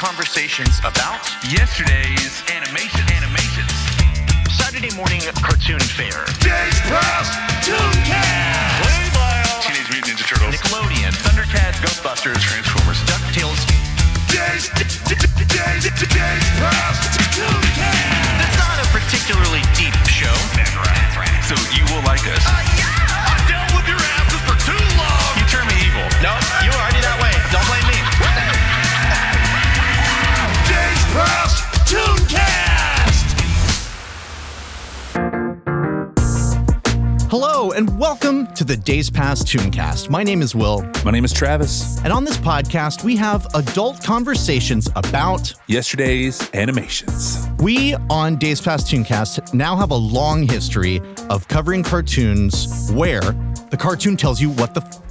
conversations about yesterday's animation animations. Saturday morning cartoon fair. Days Past Doomcast! Teenage Mutant Ninja Turtles. Nickelodeon. Thundercats. Ghostbusters. Transformers. DuckTales. Days, d- d- d- days, d- days Past Doomcast! It's not a particularly deep show. That's right. So you will like us. I dealt with your asses for too long! Uh, You turn me evil. No, you are already that way. Don't blame me. Days Past Doomcast! Hello, and welcome to the Days Past Tooncast. My name is Will, My name is Travis. and on this podcast, we have adult conversations about. Yesterday's animations. We on Days Past Tooncast now have a long history of covering cartoons where the cartoon tells you what the. F-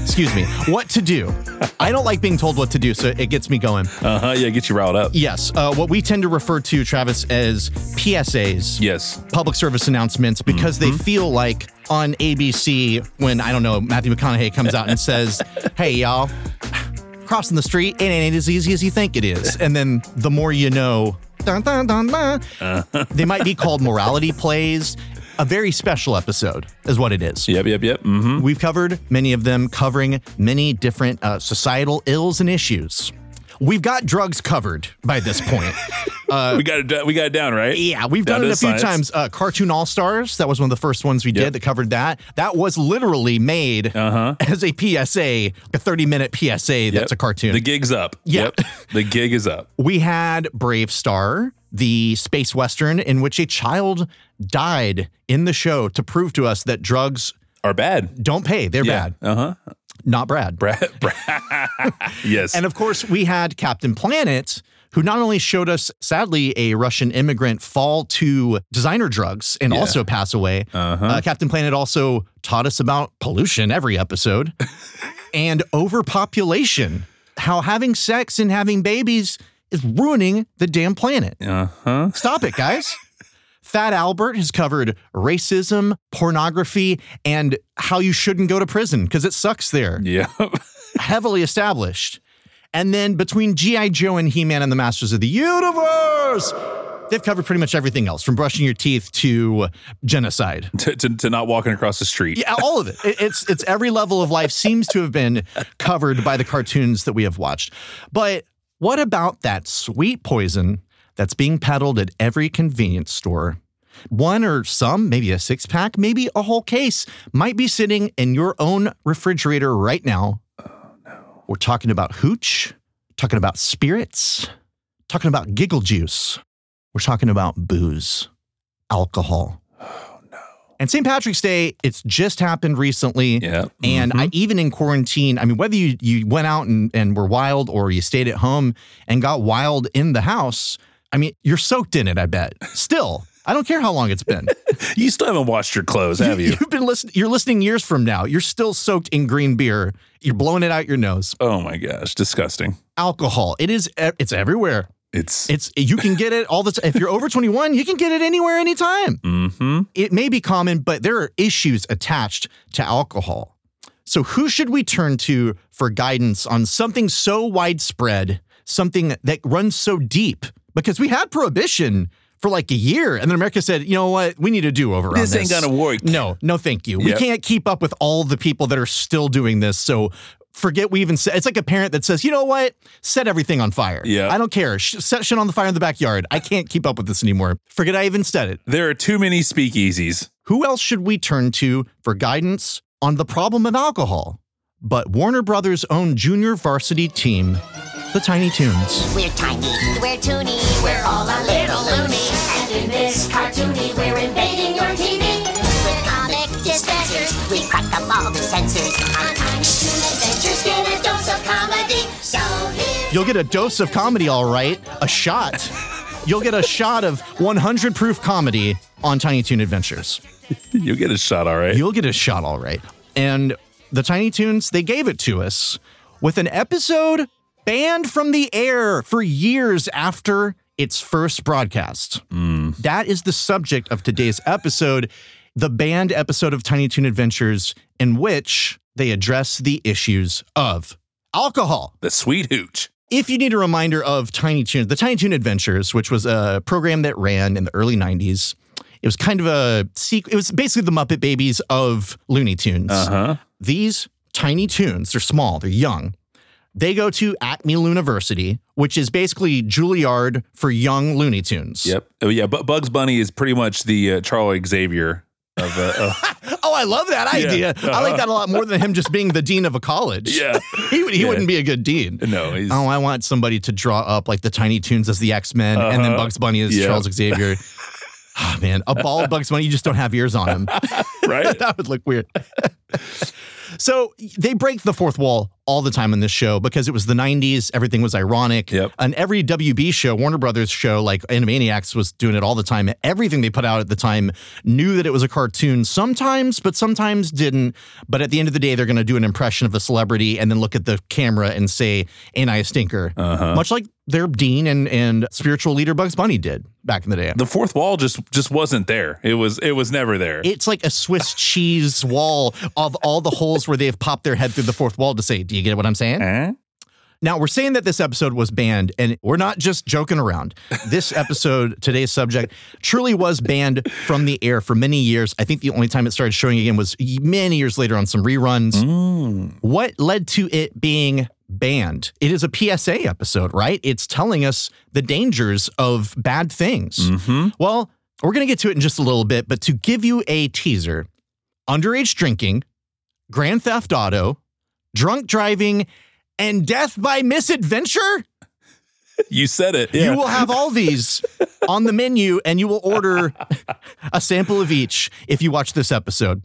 excuse me, what to do. I don't like being told what to do, so it gets me going. Uh huh. Yeah, get you riled up. Yes, uh, what we tend to refer to, Travis, as PSAs. Yes. public service announcements because they feel like on ABC when I don't know Matthew McConaughey comes out and says, "Hey y'all, crossing the street it ain't as easy as you think it is," and then the more you know, dun, dun, dun, dun. they might be called morality plays. A very special episode is what it is. Yep. Yep. Yep. Mm-hmm. We've covered many of them, covering many different uh, societal ills and issues. We've got drugs covered by this point. we got it. do- We got it down, right? Yeah, we've Down done to it a the few times. science. Uh, Cartoon All Stars, that was one of the first ones we Yep. did that covered that. That was literally made Uh-huh. as a PSA, a 30 minute PSA Yep. that's a cartoon. The gig's up. Yeah. Yep. The gig is up. we had Brave Star, the space western in which a child died in the show to prove to us that drugs Are bad. don't pay. They're bad, Uh huh. not Brad. Brad. Brad. yes. And of course, we had Captain Planet, who not only showed us, sadly, a Russian immigrant fall to designer drugs and also pass away, Uh-huh. uh, Captain Planet also taught us about pollution every episode and overpopulation, how having sex and having babies is ruining the damn planet. uh huh. Stop it, guys. Fat Albert has covered racism, pornography, and how you shouldn't go to prison because it sucks there Yep. heavily established. And then between G.I. Joe and He Man and the Masters of the Universe, they've covered pretty much everything else from brushing your teeth to genocide. to, to, to not walking across the street. Yeah, all of it. It- It's it's every level of life seems to have been covered by the cartoons that we have watched. But what about that sweet poison that's being peddled at every convenience store? One or some, maybe a six pack, maybe a whole case might be sitting in your own refrigerator right now. We're talking about hooch, talking about spirits, talking about giggle juice. We're talking about booze, alcohol. Oh, And St. Patrick's Day, it's just happened recently. Yeah. Mm-hmm. And I even in quarantine, I mean, whether you, you went out and, and were wild or you stayed at home and got wild in the house, I mean, you're soaked in it, I bet. Still, I don't care how long it's been. You still haven't washed your clothes, have you? You've been listening you're listening years from now. You're still soaked in green beer. You're blowing it out your nose. oh my gosh, disgusting. Alcohol. It is e- it's everywhere. It's. It's you can get it all the time. If you're over 21, you can get it anywhere, anytime. mm-hmm. it may be common, but there are issues attached to alcohol. So, who should we turn to for guidance on something so widespread, something that runs so deep? Because we had prohibition for like a year, and then America said, you know what, we need a do over on this. This ain't gonna work. No, no, thank you. We Yep. can't keep up with all the people that are still doing this. So, forget we even said it's like a parent that says, you know what, set everything on fire. Yeah. I don't care. Sh- set shit on the fire in the backyard. I can't keep up with this anymore. Forget I even said it. There are too many speakeasies. Who else should we turn to for guidance on the problem of alcohol? But Warner Brothers' own junior varsity team, the Tiny Toons. We're tiny, we're toony, we're all a little loony. And in this cartoony, we're invading your TV. With comic dispatchers, we crack up all the sensors. On Tiny Toon Adventures, get a dose of comedy. So here, You'll get a dose of comedy, all right, a shot. You'll get a shot of 100 proof comedy on Tiny Toon Adventures. You'll get a shot, all right. You'll get a shot, all right. And the Tiny Toons, they gave it to us with an episode banned from the air for years after its first broadcast. That is the subject of today's episode, the banned episode of Tiny Toon Adventures, in which they address the issues of alcohol. the sweet hooch. If you need a reminder of Tiny Toon, the Tiny Toon Adventures, which was a program that ran in the early 90s, it was kind of a sequel. It was basically the Muppet Babies of Looney Tunes. Uh-huh. These Tiny Toons, they're small, they're young. They go to Acme University, which is basically Juilliard for young Looney Tunes. Yep. Oh yeah, but Bugs Bunny is pretty much the uh, Charles Xavier of uh, uh, Oh, I love that Yeah. Uh-huh. idea. I like that a lot more than him just being the dean of a college. yeah. He, would, he Yeah. wouldn't be a good dean. No, he's Oh, I want somebody to draw up like the Tiny Toons as the X Men, and then Uh-huh. Bugs Bunny as Yeah. Charles Xavier. Ah man, a bald Bugs Bunny, you just don't have ears on him. right. that would look weird. so they break the fourth wall all the time in this show because it was the 90s, everything was ironic. Yep. And every WB show, Warner Brothers show, like Animaniacs was doing it all the time. Everything they put out at the time knew that it was a cartoon sometimes, but sometimes didn't. But at the end of the day, they're going to do an impression of a celebrity and then look at the camera and say, Ain't I a stinker? Uh-huh. Much like their dean and, and spiritual leader Bugs Bunny did back in the day. The fourth wall just just wasn't there. It was it was never there. It's like a Swiss cheese wall of all the holes where they've popped their head through the fourth wall to say, Do you get what I'm saying? Huh? Now, we're saying that this episode was banned, and we're not just joking around. This episode, today's subject, truly was banned from the air for many years. I think the only time it started showing again was many years later on some reruns. What led to it being banned? It is a PSA episode, right? It's telling us the dangers of bad things. Well, we're going to get to it in just a little bit, but to give you a teaser, underage drinking, grand theft auto, drunk driving, and death by misadventure? You said it. Yeah. You will have all these on the menu and you will order a sample of each if you watch this episode.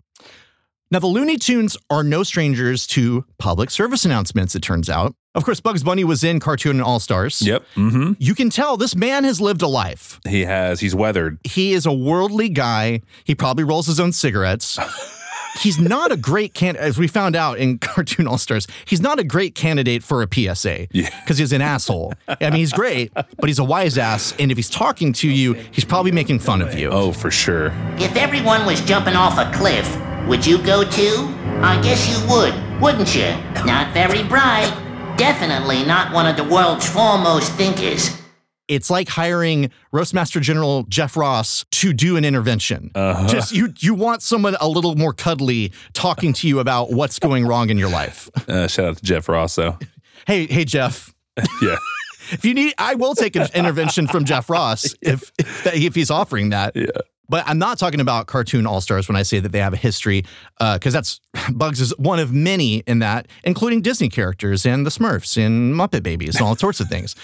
Now, the Looney Tunes are no strangers to public service announcements, it turns out. Of course, Bugs Bunny was in Cartoon and All Stars. Yep. hmm You can tell this man has lived a life He has. He's weathered. he is a worldly guy. He probably rolls his own cigarettes. He's not a great can as we found out in Cartoon All Stars. He's not a great candidate for a PSA Yeah. because he's an asshole. I mean, he's great, but he's a wise ass, and if he's talking to you, he's probably making fun of you. Oh, for sure. If everyone was jumping off a cliff, would you go too? I guess you would, wouldn't you? Not very bright. Definitely not one of the world's foremost thinkers. It's like hiring Roastmaster General Jeff Ross to do an intervention. Uh-huh. Just you, you want someone a little more cuddly talking to you about what's going wrong in your life. Uh, shout out to Jeff Ross though. Hey, hey, Jeff. Yeah. If you need, I will take an intervention from Jeff Ross if if, that, if he's offering that. Yeah. But I'm not talking about cartoon all stars when I say that they have a history, because that's Bugs is one of many in that, including Disney characters and the Smurfs and Muppet Babies and all sorts of things.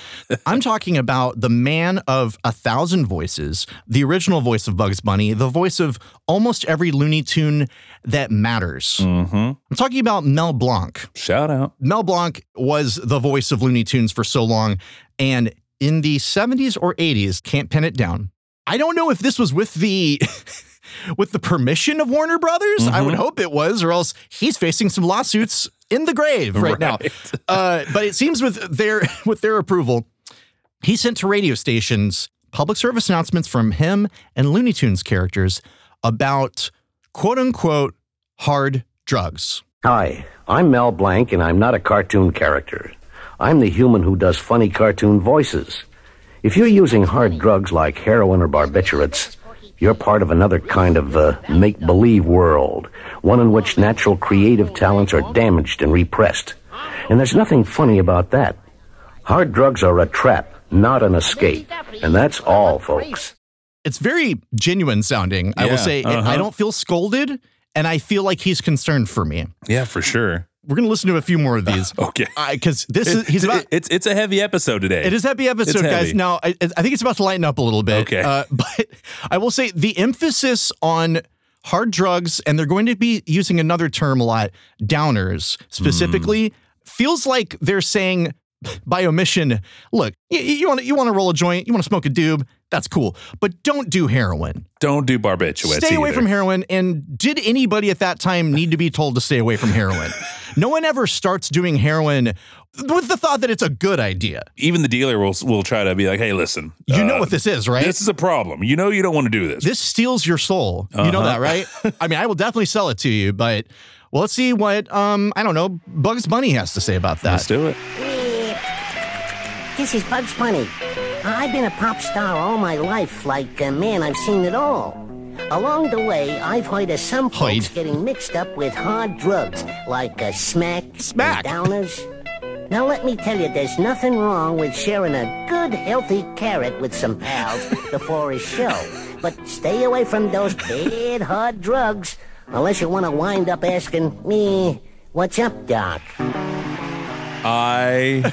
I'm talking about the man of a thousand voices, the original voice of Bugs Bunny, the voice of almost every Looney Tune that matters. Mm. I'm talking about Mel Blanc. Mm-hmm. Shout out. Mel Blanc was the voice of Looney Tunes for so long. And in the 70s or 80s, can't pin it down. I don't know if this was with the. With the permission of Warner Brothers, I would hope it was, or else he's facing some lawsuits in the grave right, now. Uh, but it seems with their with their approval, he sent to radio stations public service announcements from him and Looney Tunes characters about quote unquote hard drugs. Hi, I'm Mel Blanc, and I'm not a cartoon character. I'm the human who does funny cartoon voices. If you're using hard drugs like heroin or barbiturates, you're part of another kind of uh, make believe world, one in which natural creative talents are damaged and repressed. And there's nothing funny about that. Hard drugs are a trap, not an escape. And that's all, folks. it's very genuine sounding. I will Yeah, say, It- I uh-huh. don't feel scolded, and I feel like he's concerned for me. Yeah, for sure. We're gonna listen to a few more of these Okay. because this is he's about. it's it's a heavy episode today. It is heavy episode, guys. heavy. Now I, I think it's about to lighten up a little bit. Okay. uh, but I will say the emphasis on hard drugs, and they're going to be using another term a lot, downers specifically, Mm. feels like they're saying by omission, look, you want you want to roll a joint, you want to smoke a doob, that's cool, but don't do heroin. Don't do barbiturates. Stay away either. from heroin. And did anybody at that time need to be told to stay away from heroin? no one ever starts doing heroin with the thought that it's a good idea. Even the dealer will will try to be like, "Hey, listen. You know uh, what this is, right? This is a problem. You know you don't want to do this. This steals your soul. You know Uh-huh. that, right? I mean, I will definitely sell it to you, but well, let's see what um I don't know Bugs Bunny has to say about that. Let's do it. This is Bugs Bunny. I've been a pop star all my life. Like, uh, man, I've seen it all. Along the way, I've heard of some folks Heard. getting mixed up with hard drugs, like uh, smack, Smack. and downers. Now, let me tell you, there's nothing wrong with sharing a good, healthy carrot with some pals before a show. But stay away from those bad, hard drugs, unless you want to wind up asking me, what's up, Doc? I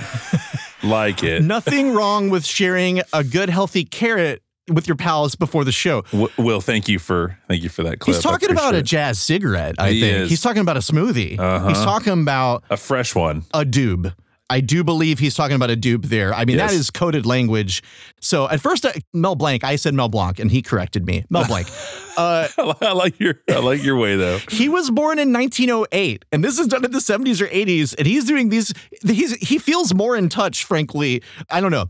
like it. Nothing wrong with sharing a good, healthy carrot with your pals before the show. W- Will, thank you for thank you for that clip. He's I talking about a appreciate it. jazz cigarette, I He think. is. Uh-huh. He's talking about a smoothie. He's talking about a fresh one. a doob. I do believe he's talking about a dupe there. I mean, that Yes. is coded language. So at first, I, Mel Blanc, I said Mel Blanc, and he corrected me. Mel Blanc. uh, I like your I like your way though. he was born in 1908, and this is done in the 70s or 80s, and he's doing these. He's he feels more in touch, frankly. I don't know.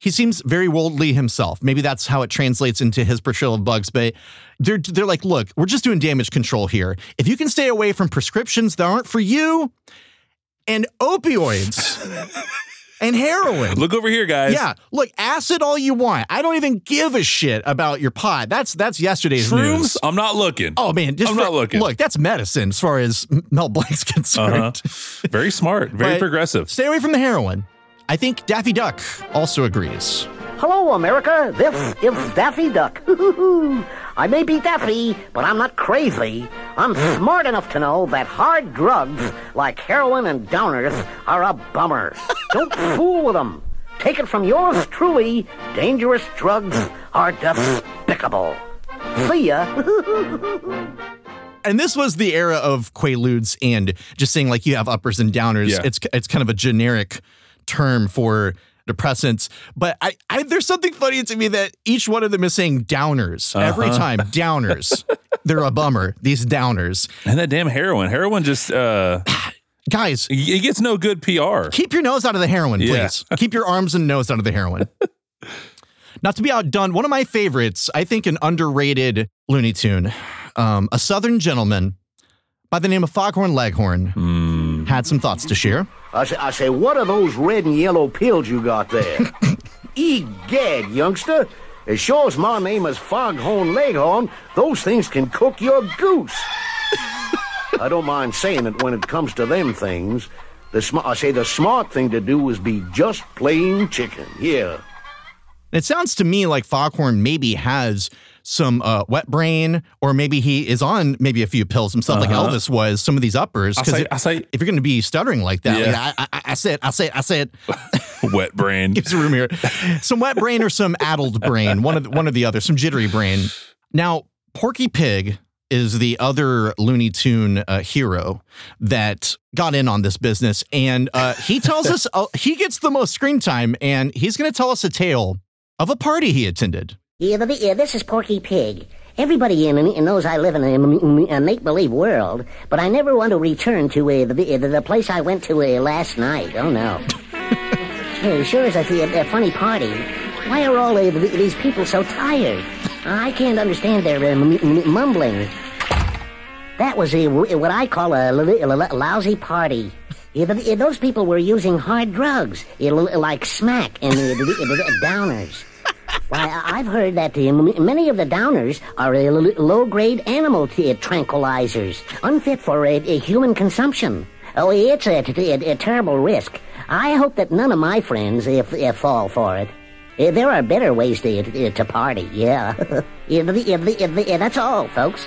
He seems very worldly himself. Maybe that's how it translates into his portrayal of bugs. But they're they're like, look, we're just doing damage control here. If you can stay away from prescriptions that aren't for you, and opioids, and heroin, Look over here, guys. yeah, look, acid all you want. I don't even give a shit about your pot. That's that's yesterday's news. Shrooms? I'm not looking. Oh man, just I'm not looking. Look, that's medicine as far as Mel Blanc's concerned. Uh-huh. Very smart. Very But progressive. Stay away from the heroin. I think Daffy Duck also agrees. Hello, America. This is Daffy Duck. I may be daffy, but I'm not crazy. I'm smart enough to know that hard drugs like heroin and downers are a bummer. Don't fool with them. Take it from yours truly. Dangerous drugs are despicable. See ya. And this was the era of quaaludes and just saying like you have uppers and downers. Yeah. It's it's kind of a generic term for depressants. But I, I there's something funny to me that each one of them is saying downers every Uh-huh. time. Downers. They're a bummer. These downers, And that damn heroin. Heroin just uh guys. it gets no good PR. keep your nose out of the heroin, Yeah. please. keep your arms and nose out of the heroin. Not to be outdone, one of my favorites, I think an underrated Looney Tune, um, a Southern gentleman by the name of Foghorn Leghorn Hmm. had some thoughts to share. I say, I say, what are those red and yellow pills you got there? Egad, youngster. As sure as my name is Foghorn Leghorn, those things can cook your goose. I don't mind saying it when it comes to them things. The sm- I say the smart thing to do is be just plain chicken. Yeah. And it sounds to me like Foghorn maybe has some uh, wet brain, or maybe he is on maybe a few pills himself, like Elvis was, some of these uppers. Uh-huh. I 'cause say- it- I say- if you're going to be stuttering like that, Yeah. like, I, I, I said, I said, I said, Wet brain. gives room here. Some wet brain or some addled brain, one of the, one of the other, some jittery brain. Now, Porky Pig is the other Looney Tune uh, hero that got in on this business, and uh, he tells us uh, he gets the most screen time, and he's going to tell us a tale of a party he attended. Yeah, th- yeah, this is Porky Pig. Everybody in, in knows I live in a, m- m- a make-believe world, but I never want to return to uh, the, the, the place I went to uh, last night. Oh no! hey, sure is a, a, a funny party. Why are all uh, th- these people so tired? I can't understand their uh, m- m- mumbling. That was a, what I call a, l- l- l- lousy party. Yeah, th- yeah, those people were using hard drugs, yeah, l- like smack and uh, th- th- downers. Why, I- I've heard that the, m- many of the downers are uh, l- low-grade animal t- tranquilizers, unfit for uh, uh, human consumption. Oh, it's a, t- a- a terrible risk. I hope that none of my friends if, if fall for it. Uh, There are better ways to, uh, to party, yeah. Yeah, th- yeah, th- yeah, th- yeah, eh, That's all, folks.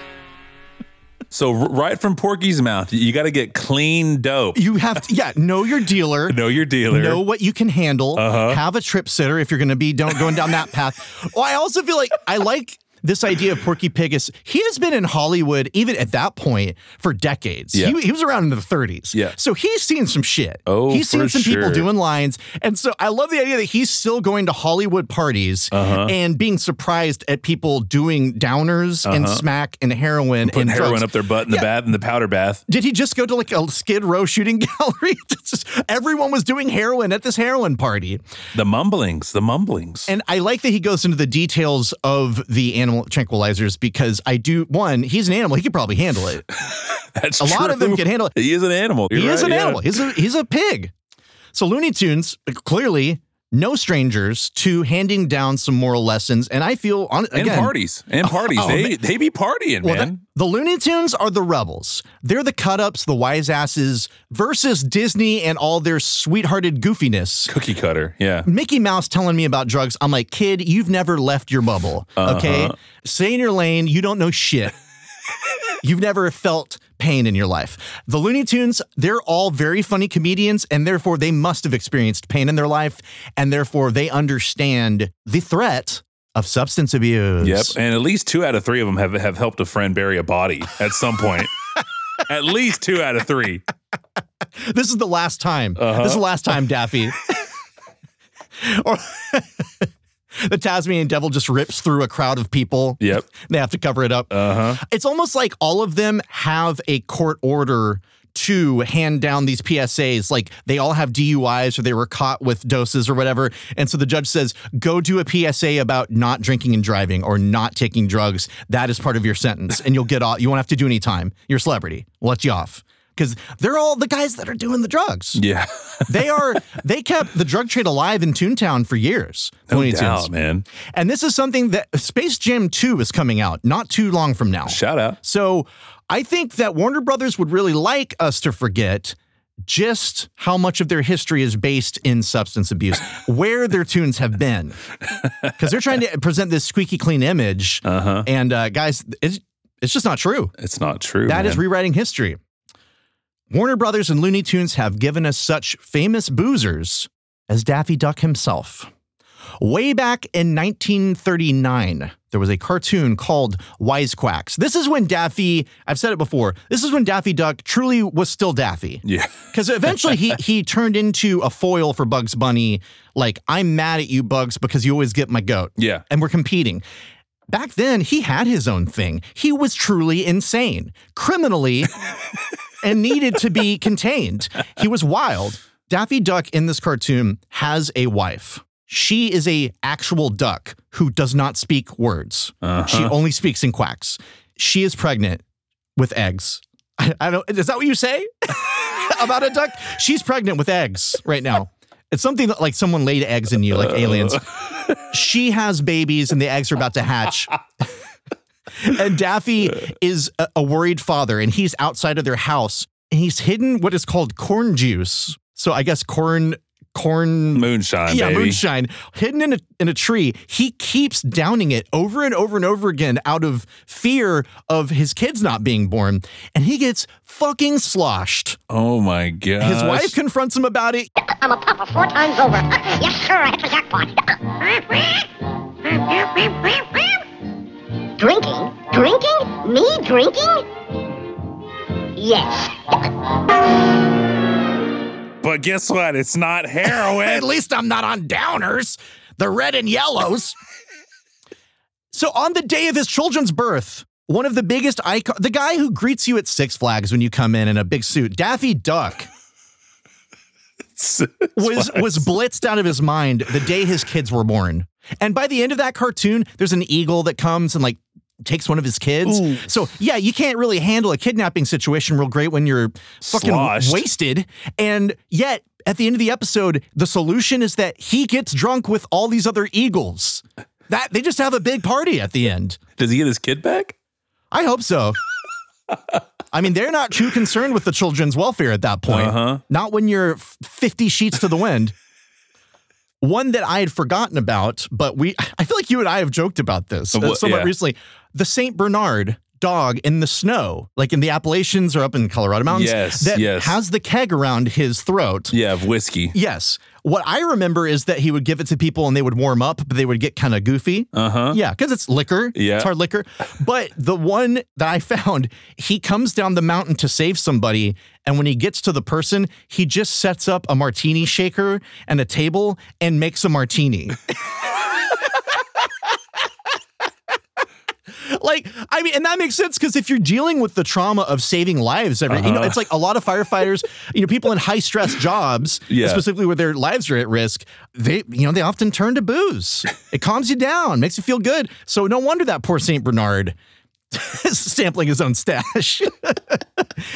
So r- right from Porky's mouth, you got to get clean dope. You have to, yeah, know your dealer. Know your dealer. Uh-huh. Know what you can handle. Have a trip sitter if you're going to be don't going down that path. Well, I also feel like I like this idea of Porky Pig is he has been in Hollywood even at that point for decades. Yeah. He, he was around in the 30s. Yeah. So he's seen some shit. Oh, he's seen for some people sure. doing lines, and so I love the idea that he's still going to Hollywood parties Uh-huh. and being surprised at people doing downers and smack and heroin Putting and Uh-huh. heroin drugs. up their butt in the Yeah. bath in the powder bath. Did he just go to like a Skid Row shooting gallery? It's just- everyone was doing heroin at this heroin party. The mumblings, the mumblings. And I like that he goes into the details of the animal tranquilizers because I do, one, he's an animal. He could probably handle it. That's a lot of them true. can handle it. He is an animal. He You're is right, an yeah. animal. He's a, he's a pig. So Looney Tunes, clearly, no strangers to handing down some moral lessons. And I feel on and again, parties and parties. Oh, they man. they be partying, Well, the, man. the Looney Tunes are the rebels. They're the cut ups, the wise asses versus Disney and all their sweethearted goofiness. Cookie cutter. Yeah. Mickey Mouse telling me about drugs. I'm like, kid, you've never left your bubble. Okay. Stay in your lane. You don't know shit. you've never felt pain in your life. The Looney Tunes, they're all very funny comedians, and therefore they must have experienced pain in their life, and therefore they understand the threat of substance abuse. Yep. And at least two out of three of them have, have helped a friend bury a body at some point. at least two out of three. This is the last time. This is the last time, Daffy. or the Tasmanian devil just rips through a crowd of people. Yep. They have to cover it up. Uh-huh. It's almost like all of them have a court order to hand down these PSAs. Like they all have DUIs or they were caught with doses or whatever. And so the judge says, go do a PSA about not drinking and driving or not taking drugs. That is part of your sentence. And you'll get off. You won't have to do any time. You're a celebrity. We'll let you off. Because they're all the guys that are doing the drugs. Yeah. They are. They kept the drug trade alive in Toontown for years. No Looney Tunes. doubt, man. And this is something that Space Jam 2 is coming out not too long from now. Shout out. So I think that Warner Brothers would really like us to forget just how much of their history is based in substance abuse, where their tunes have been. Because they're trying to present this squeaky clean image. Uh-huh. And uh, guys, it's, it's just not true. It's not true. That is man. rewriting history. Warner Brothers and Looney Tunes have given us such famous boozers as Daffy Duck himself. Way back in 1939, there was a cartoon called Wisequacks. This is when Daffy, I've said it before, this is when Daffy Duck truly was still Daffy. Yeah. Because eventually he he turned into a foil for Bugs Bunny. Like, I'm mad at you, Bugs, because you always get my goat. Yeah. And we're competing. Back then, he had his own thing. He was truly insane, criminally, and needed to be contained. He was wild. Daffy Duck in this cartoon has a wife. She is a actual duck who does not speak words. She only speaks in quacks. She is pregnant with eggs. I, I don't. Is that what you say about a duck? She's pregnant with eggs right now. It's something that, like someone laid eggs in you, like aliens. She has babies, and the eggs are about to hatch. and Daffy is a, a worried father, and he's outside of their house, and he's hidden what is called corn juice. So I guess corn, corn Moonshine, yeah, baby. moonshine hidden in a in a tree. He keeps downing it over and over and over again out of fear of his kids not being born, and he gets fucking sloshed. Oh my god. His wife confronts him about it. I'm a puffer four times over. Yes, sir, I hit the jackpot. Drinking? Drinking? Me drinking? Yes. But guess what? It's not At heroin. least I'm not on downers, the red and yellows. so on the day of his children's birth, one of the biggest icon, the guy who greets you at Six Flags when you come in in a big suit, Daffy Duck. was was blitzed out of his mind the day his kids were born. And by the end of that cartoon, there's an eagle that comes and like takes one of his kids. So yeah, you can't really handle a kidnapping situation real great when you're fucking Sloshed. wasted. And yet at the end of the episode, the solution is that he gets drunk with all these other eagles. That they just have a big party at the end. Does he get his kid back? I hope so. I mean, they're not too concerned with the children's welfare at that point. Uh-huh. Not when you're f- 50 sheets to the wind. One that I had forgotten about, but we, I feel like you and I have joked about this uh, what- somewhat yeah. recently. The St. Bernard dog in the snow, like in the Appalachians or up in Colorado Mountains, Yes, that yes. has the keg around his throat. Yeah, of whiskey. Yes. What I remember is that he would give it to people and they would warm up, but they would get kind of goofy. Uh huh. Yeah, because it's liquor. Yeah. It's hard liquor. But the one that I found, he comes down the mountain to save somebody. And when he gets to the person, he just sets up a martini shaker and a table and makes a martini. Like, I mean, and that makes sense because if you're dealing with the trauma of saving lives, every, you know, it's like a lot of firefighters, you know, people in high stress jobs, Yeah. specifically where their lives are at risk, they, you know, they often turn to booze. It calms you down, makes you feel good. So no wonder that poor St. Bernard sampling his own stash.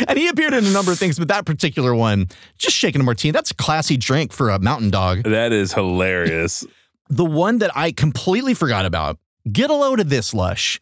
and he appeared in a number of things, but that particular one, just shaking a martini, that's a classy drink for a mountain dog. That is hilarious. The one that I completely forgot about, get a load of this, Lush,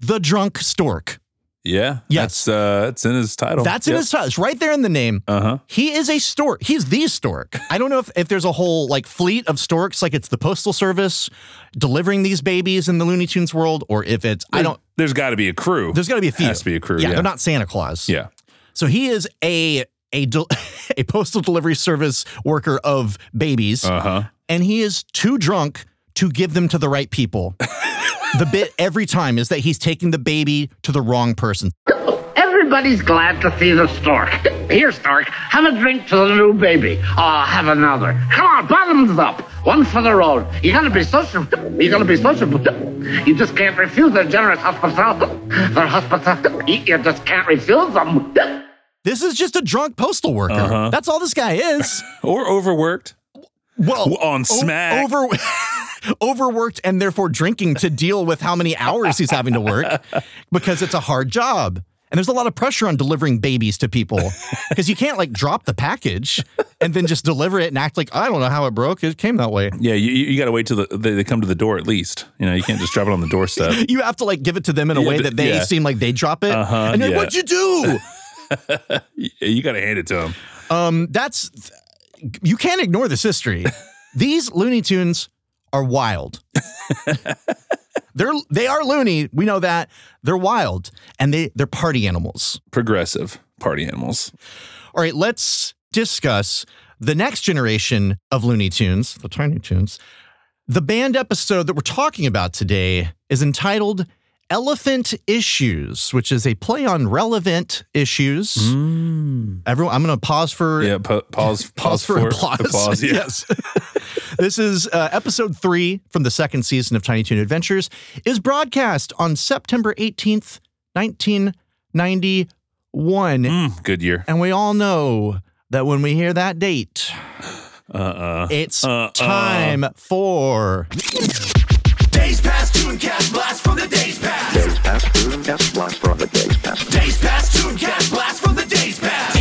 the drunk stork. Yeah. Yes. That's, uh, it's in his title. That's in his title. It's right there in the name. Uh huh. He is a stork. He's the stork. I don't know if, if there's a whole like fleet of storks, like it's the postal service delivering these babies in the Looney Tunes world, or if it's I don't. There's got to be a crew. There's got to be a few. Has to be a crew, yeah. they're not Santa Claus. yeah. So he is a a del- a postal delivery service worker of babies, Uh huh. and he is too drunk to give them to the right people. the bit every time is that he's taking the baby to the wrong person. Everybody's glad to see the stork. Here, stork, have a drink to the new baby. Oh, have another. Come on, bottoms up. One for the road. You gotta be sociable. You gotta be sociable. You just can't refuse their generous hospitality. Their hospitality. You just can't refuse them. This is just a drunk postal worker. That's all this guy is. Or overworked. Well, on o- smack. over, overworked and therefore drinking to deal with how many hours he's having to work because it's a hard job. And there's a lot of pressure on delivering babies to people because you can't like drop the package and then just deliver it and act like I don't know how it broke. It came that way. Yeah. You, you got to wait till the, they, they come to the door at least. You know, you can't just drop it on the doorstep. You have to like give it to them in a Yeah, way th- that they yeah. seem like they drop it. Uh-huh, and you're yeah. like, what'd you do? you you got to hand it to them. Um, that's you can't ignore this history. These Looney Tunes are wild. They're they are loony. We know that they're wild and they they're party animals. Progressive party animals. All right, let's discuss the next generation of Looney Tunes, the Tiny Tunes. The band episode that we're talking about today is entitled Elephant Issues, which is a play on relevant issues. Everyone, I'm going to pause for Yeah. Pa- pause. pause for applause. applause, yeah. Yes. this is uh, episode three from the second season of Tiny Toon Adventures. Is broadcast on September eighteenth, nineteen ninety one, Mm, good year. and we all know that when we hear that date, Uh-uh. it's Uh, uh. time for Days past tune cast blast from the days past. Days past tune cast blast from the days past. Days past tune cast blast from the days past.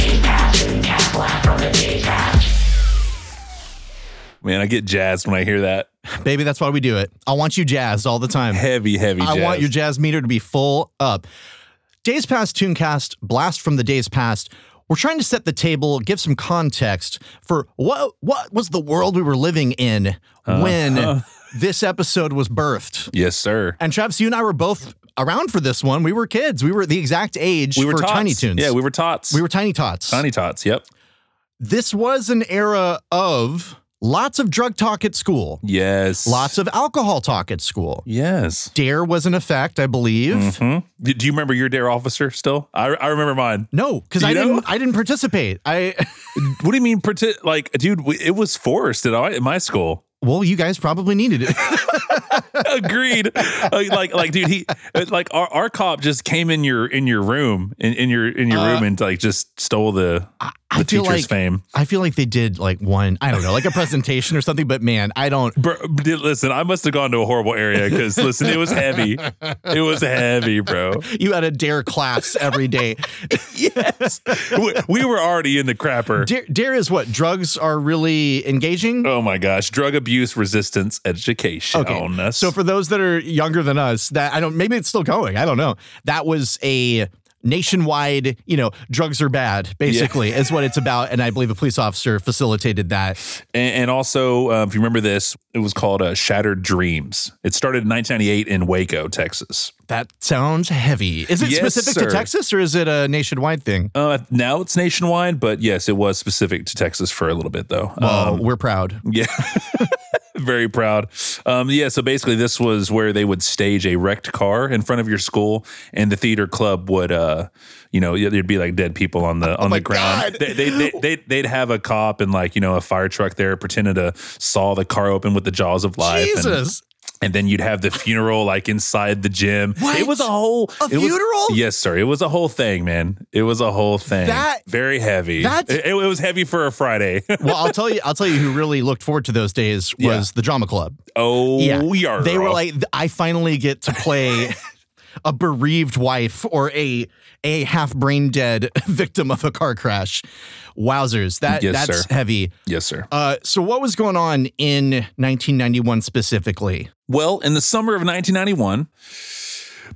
Man, I get jazzed when I hear that baby. That's why we do it. I want you jazzed all the time. heavy, heavy. I want jazz. your jazz meter to be full up. Days Past Tooncast, Blast from the Days Past. We're trying to set the table, give some context for what what was the world we were living in Uh, when this episode was birthed. Yes, sir. And Travis, you and I were both around for this one. We were kids. We were the exact age We were for tots. Tiny Toons. Yeah, we were tots. we were Tiny Tots. tiny tots. Yep. This was an era of lots of drug talk at school, Yes. lots of alcohol talk at school. Yes. Dare was in effect, I believe. Hmm? Do, do you remember your dare officer still? I, I remember mine. No, because You I know? didn't. I didn't participate. I What do you mean? Parti- like, dude, we, it was forced at, I, at my school. well, you guys probably needed it. Agreed. like, like, like, dude, he, like, our, our cop just came in your in your room in, in your in your room and like just stole the the Uh, I feel teacher's like fame. I feel like they did like one. I don't know, like a presentation or something. But man, I don't. Bro, dude, listen, I must have gone to a horrible area because listen, it was heavy. It was heavy, bro. You had a dare class every day. We, we were already in the crapper. dare, dare is what drugs are really engaging. Oh my gosh, drug abuse resistance education. Okay. So for those that are younger than us, that I don't maybe it's still going. I don't know. That was a nationwide, you know, drugs are bad, basically, is what it's about. And I believe a police officer facilitated that. And, and also, uh, if you remember this, it was called uh, Shattered Dreams. It started in 1998 in Waco, Texas. That sounds heavy. Is it Yes, specific sir. to Texas or is it a nationwide thing? Uh, now it's nationwide, but yes, it was specific to Texas for a little bit, though. Oh, Um, we're proud. yeah. Very proud. Um, yeah, so basically, this was where they would stage a wrecked car in front of your school, and the theater club would, uh, you know, yeah, there'd be like dead people on the on the ground. Oh God. They, they, they, they, they'd have a cop and like you know a fire truck there pretending to saw the car open with the jaws of life. and- Jesus. and then you'd have the funeral like inside the gym. What? It was a whole A it was- funeral? yes, sir. It was a whole thing, man. It was a whole thing. That- very heavy. that's- it, it was heavy for a Friday. well, I'll tell you. I'll tell you who really looked forward to those days was Yeah. the drama club. oh, yeah. they were like, I finally get to play. a bereaved wife or a a half brain dead victim of a car crash. Wowzers, that Yes, that's sir. heavy. Yes, sir. Uh, so what was going on in 1991 specifically? Well, in the summer of 1991,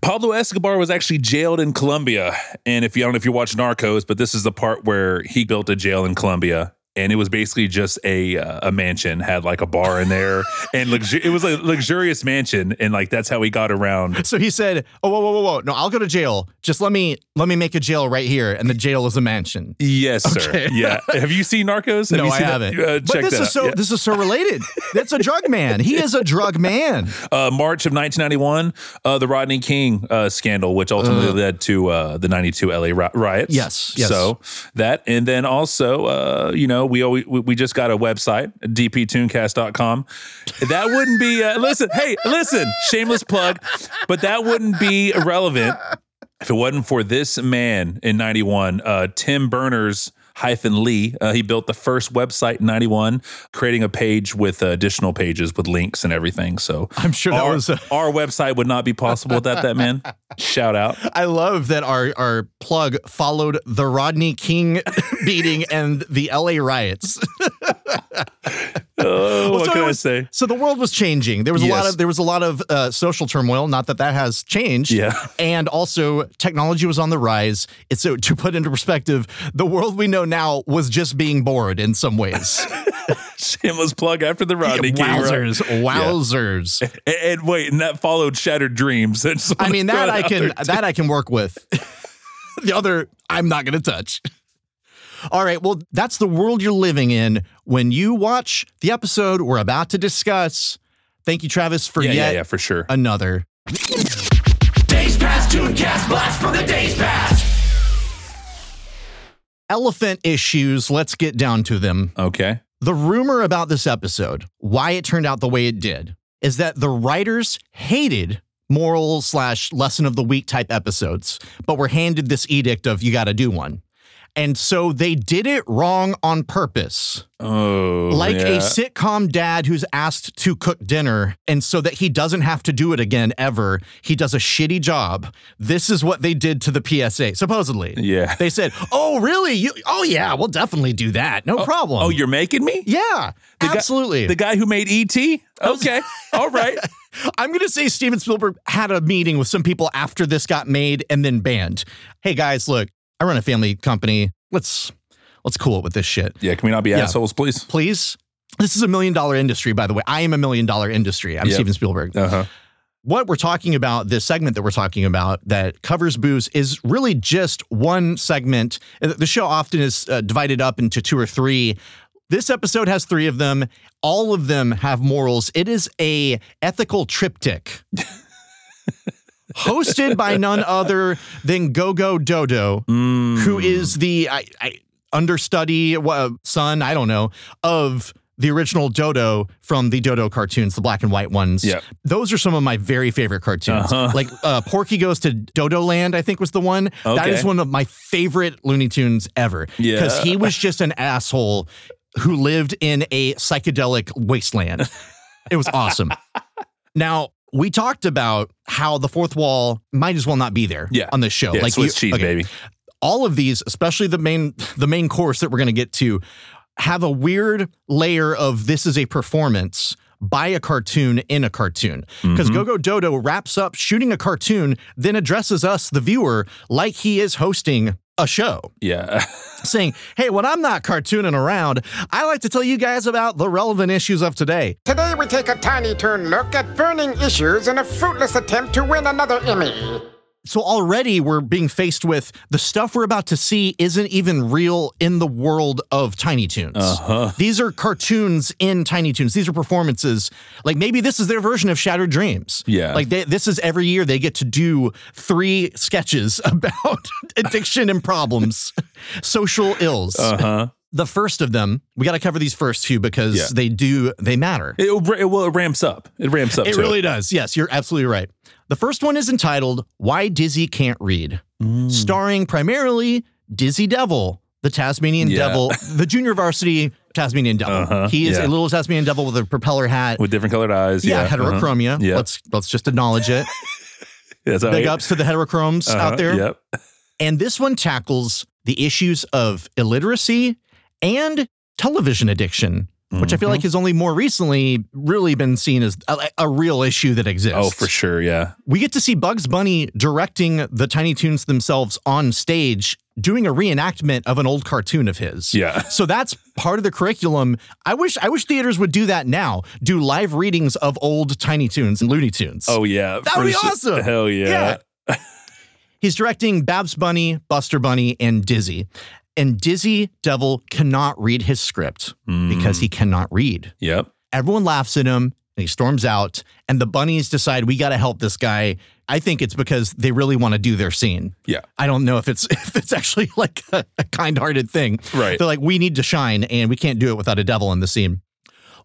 Pablo Escobar was actually jailed in Colombia. And if you I don't know if you watch Narcos, but this is the part where he built a jail in Colombia. And it was basically just a uh, a mansion, had like a bar in there, and luxu- it was a luxurious mansion, and like that's how he got around. So he said, "Oh, whoa, whoa, whoa, whoa! No, I'll go to jail. Just let me let me make a jail right here, and the jail is a mansion." Yes, sir. Yeah. Have you seen Narcos? Have no, you I seen that? haven't. Uh, but check this that is out. so Yeah. this is so related. That's a drug man. He is a drug man. uh, March of 1991, uh, the Rodney King uh, scandal, which ultimately led to uh, the 92 LA ri- riots. Uh-huh. Yes, yes. So that, and then also, uh, you know, we always, we we just got a website, dptooncast.com. That wouldn't be, uh, listen, hey, listen, shameless plug, but that wouldn't be relevant if it wasn't for this man in 91, uh, Tim Berners hyphen Lee, uh, he built the first website in 91, creating a page with uh, additional pages with links and everything. So I'm sure that our, was a- our website would not be possible without that man. Shout out. I love that our our plug followed the Rodney King beating and the L.A. riots. Well, Oh, what so can it I was- say? So the world was changing. There was a lot Yes. of there was a lot of uh, social turmoil. Not that that has changed. Yeah. And also technology was on the rise. It's so to put into perspective, the world we know now was just being bored in some ways. Shameless plug after the Rodney King. right? wowzers, wowzers. And, and wait, and that followed Shattered Dreams. I, just I wanna mean throw that I out can there, too. that I can work with. the other I'm not going to touch. All right, well that's the world you're living in when you watch the episode we're about to discuss. Thank you Travis for yeah, yeah, yet yeah, for sure. another Days past, Tooncast blast from the days past. elephant issues. Let's get down to them. Okay. The rumor about this episode, why it turned out the way it did, is that the writers hated moral slash lesson of the week type episodes, but were handed this edict of you got to do one. And so they did it wrong on purpose, Oh, like a yeah. sitcom dad who's asked to cook dinner. And so that he doesn't have to do it again ever, he does a shitty job. This is what they did to the PSA, supposedly. Yeah. They said, "Oh, really? You? Oh, yeah. We'll definitely do that. No problem. Oh, you're making me? yeah, The guy- absolutely. The guy who made ET? Okay. All right. I'm gonna say Steven Spielberg had a meeting with some people after this got made and then banned. Hey guys, look, I run a family company. Let's let's cool it with this shit, Yeah, can we not be Yeah. assholes, please? please. This is a million dollar industry, by the way. I am a million dollar industry. I'm Yep. Steven Spielberg. Uh huh. what we're talking about, this segment that we're talking about that covers booze, is really just one segment. Uh, The show often is uh, divided up into two or three. This episode has three of them. All of them have morals. It is a ethical triptych. Hosted by none other than Gogo Dodo, Mm. who is the I, I, understudy wha- son, I don't know, of the original Dodo from the Dodo cartoons, the black and white ones. Yep. Uh-huh. Those are some of my very favorite cartoons. Like uh, Porky Goes to Dodo Land, I think was the one. That Okay. is one of my favorite Looney Tunes ever. Yeah. Because he was just an asshole who lived in a psychedelic wasteland. It was awesome. Now, we talked about how the fourth wall might as well not be there Yeah. on this show. Yeah, Swiss you- cheese, okay baby. all of these, especially the main the main course that we're going to get to, have a weird layer of this is a performance by a cartoon in a cartoon. Mm-hmm. Because Gogo Dodo wraps up shooting a cartoon, then addresses us, the viewer, like he is hosting a show, Yeah. saying, Hey, when I'm not cartooning around, I like to tell you guys about the relevant issues of today. Today we take a tiny turn look at burning issues in a fruitless attempt to win another Emmy. So already we're being faced with the stuff we're about to see isn't even real in the world of Tiny Toons. Uh-huh. These are cartoons in Tiny Toons. These are performances. Like maybe this is their version of Shattered Dreams. Yeah. Like they, this is every year they get to do three sketches about addiction and problems, social ills. Uh huh. The first of them, we got to cover these first two because Yeah. they do they matter. It, it, well, it ramps up. It ramps up. It to really does. Yes, you're absolutely right. The first one is entitled Why Dizzy Can't Read, Mm. starring primarily Dizzy Devil, the Tasmanian Yeah. Devil, the junior varsity Tasmanian Devil. Uh-huh, He is yeah. a little Tasmanian Devil with a propeller hat. with different colored eyes. yeah, Yeah. uh-huh. heterochromia. Yeah. Let's let's just acknowledge it. That's how Big I- ups to the heterochromes Uh-huh, out there. Yep. And this one tackles the issues of illiteracy and television addiction, which I feel Mm-hmm. like has only more recently really been seen as a, a real issue that exists. Oh, for sure. Yeah. We get to see Bugs Bunny directing the Tiny Toons themselves on stage, doing a reenactment of an old cartoon of his. Yeah. So that's part of the curriculum. I wish I wish theaters would do that now. Do live readings of old Tiny Toons and Looney Tunes. Oh, yeah. That would be For su- awesome. Hell yeah. Yeah. He's directing Babs Bunny, Buster Bunny, and Dizzy. And Dizzy Devil cannot read his script Hmm. because he cannot read. Yep. Everyone laughs at him and he storms out. And the bunnies decide we got to help this guy. I think it's because they really want to do their scene. Yeah. I don't know if it's if it's actually like a, a kind-hearted thing. Right. They're like, we need to shine, and we can't do it without a devil in the scene.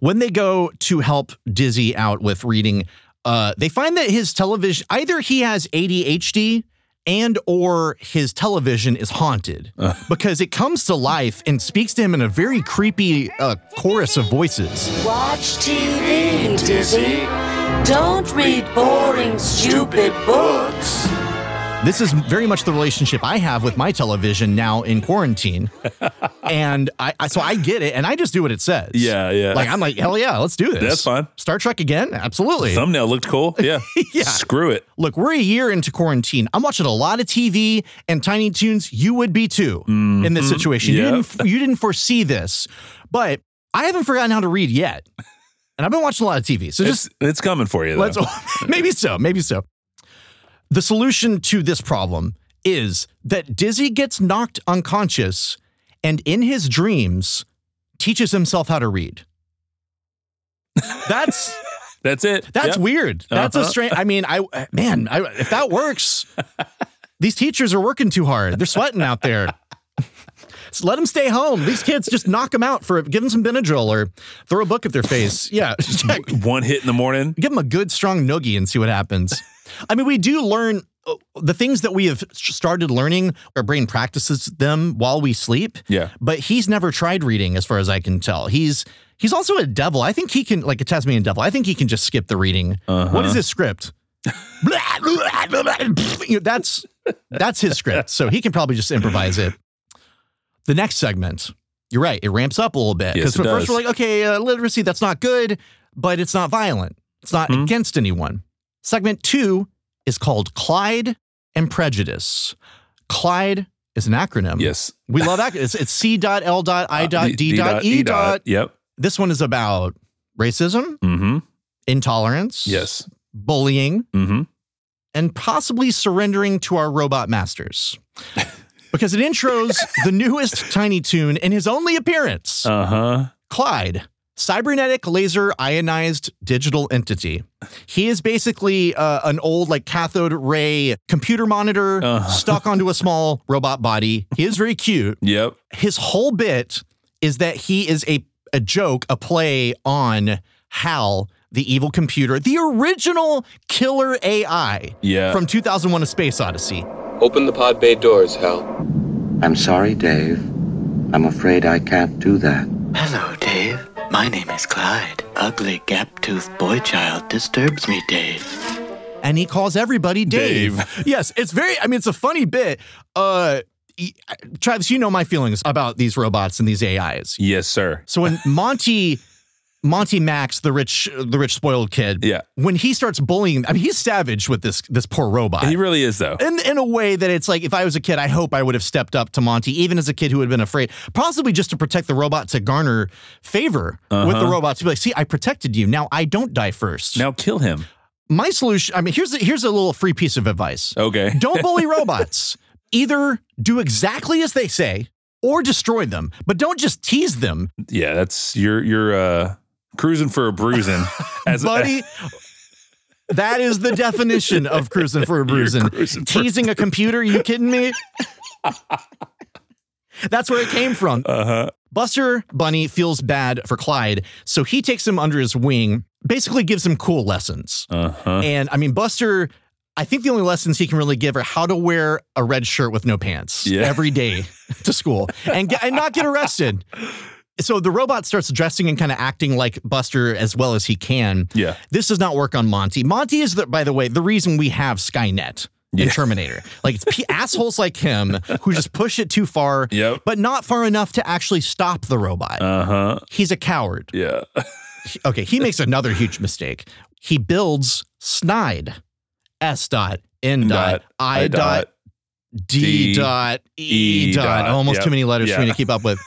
When they go to help Dizzy out with reading, uh, they find that his television either he has ADHD and or his television is haunted Uh. because it comes to life and speaks to him in a very creepy uh, chorus of voices. Watch TV, Dizzy. Don't read boring, stupid books. This is very much the relationship I have with my television now in quarantine, and I, I so I get it, and I just do what it says. Yeah. Yeah. Like I'm like, hell yeah, let's do this. That's fine. Star Trek again? Absolutely. Thumbnail looked cool. Yeah. Yeah. Screw it. Look, we're a year into quarantine. I'm watching a lot of TV and Tiny Toons. You would be too in this situation. You, Mm-hmm. Yep. didn't, you didn't foresee this, but I haven't forgotten how to read yet. And I've been watching a lot of TV. So just It's, it's coming for you. Though. let's, maybe so, maybe so. The solution to this problem is that Dizzy gets knocked unconscious and in his dreams teaches himself how to read. That's. That's it. That's Yep. weird. That's a Uh-huh. strange. I mean, I man, I, if that works, these teachers are working too hard. They're sweating out there. Just let them stay home. These kids just knock them out for give them some Benadryl or throw a book at their face. Yeah, check. One hit in the morning. give them a good strong noogie and see what happens. I mean, we do learn uh, the things that we have started learning. Our brain practices them while we sleep. Yeah. But he's never tried reading, as far as I can tell. He's he's also a devil. I think he can, like a Tasmanian devil. I think he can just skip the reading. Uh-huh. What is his script? Blah, blah, blah, blah. You know, that's that's his script. So he can probably just improvise it. The next segment, you're right. It ramps up a little bit Yes, because it at first does. we're like, okay, uh, literacy that's not good, but it's not violent. It's Hmm? not against anyone. Segment two is called Clyde and Prejudice. Clyde is an acronym. Yes. Uh, We love that. It's, it's C dot L dot I dot D- D dot E dot. Yep. This one is about racism, Mm-hmm. intolerance, Yes. bullying, Mm-hmm. and possibly surrendering to our robot masters. Because it intros the newest Tiny Toon in his only appearance, Uh-huh. Clyde, cybernetic laser ionized digital entity. He is basically uh, an old, like, cathode ray computer monitor Uh-huh. stuck onto a small robot body. He is very cute. Yep. his whole bit is that he is a a joke, a play on Hal, the evil computer, the original killer AI Yeah. from 2001: A Space Odyssey. Open the pod bay doors, Hal. I'm sorry, Dave. I'm afraid I can't do that. Hello, Dave. My name is Clyde. Ugly gap toothed boy child disturbs me, Dave. and he calls everybody Dave. yes, it's very. I mean, it's a funny bit. Uh, e- Travis, you know my feelings about these robots and these AIs. yes, sir. So when Monty. Monty Max, the rich, the rich spoiled kid. Yeah. When he starts bullying, I mean, he's savage with this this poor robot. He really is though. in in a way that it's like if I was a kid, I hope I would have stepped up to Monty, even as a kid who had been afraid, possibly just to protect the robot to garner favor with the robot to be like, see, I protected you. Now I don't die first. Now kill him. My solution. I mean, here's a, here's a little free piece of advice. Okay. Don't bully robots. Either do exactly as they say or destroy them, but don't just tease them, Yeah, that's you're you're uh cruising for a bruising. As buddy. That is the definition of cruising for a bruising. cruising for- Teasing a computer? you kidding me? That's where it came from. uh-huh. Buster Bunny feels bad for Clyde, so he takes him under his wing, basically gives him cool lessons. Uh-huh. And I mean, Buster, I think the only lessons he can really give are how to wear a red shirt with no pants Yeah. every day to school and, get, and not get arrested. so the robot starts dressing and kind of acting like Buster as well as he can. Yeah. This does not work on Monty. Monty is, the, by the way, the reason we have Skynet. And Terminator. Like it's p- assholes like him who just push it too far, but not far enough to actually stop the robot. Uh huh. He's a coward. uh-huh. Yeah. okay. He makes another huge mistake. He builds Snide, S dot, N dot, I dot, D, D dot E, E dot. dot. Almost Yep. too many letters for me Yeah. to keep up with.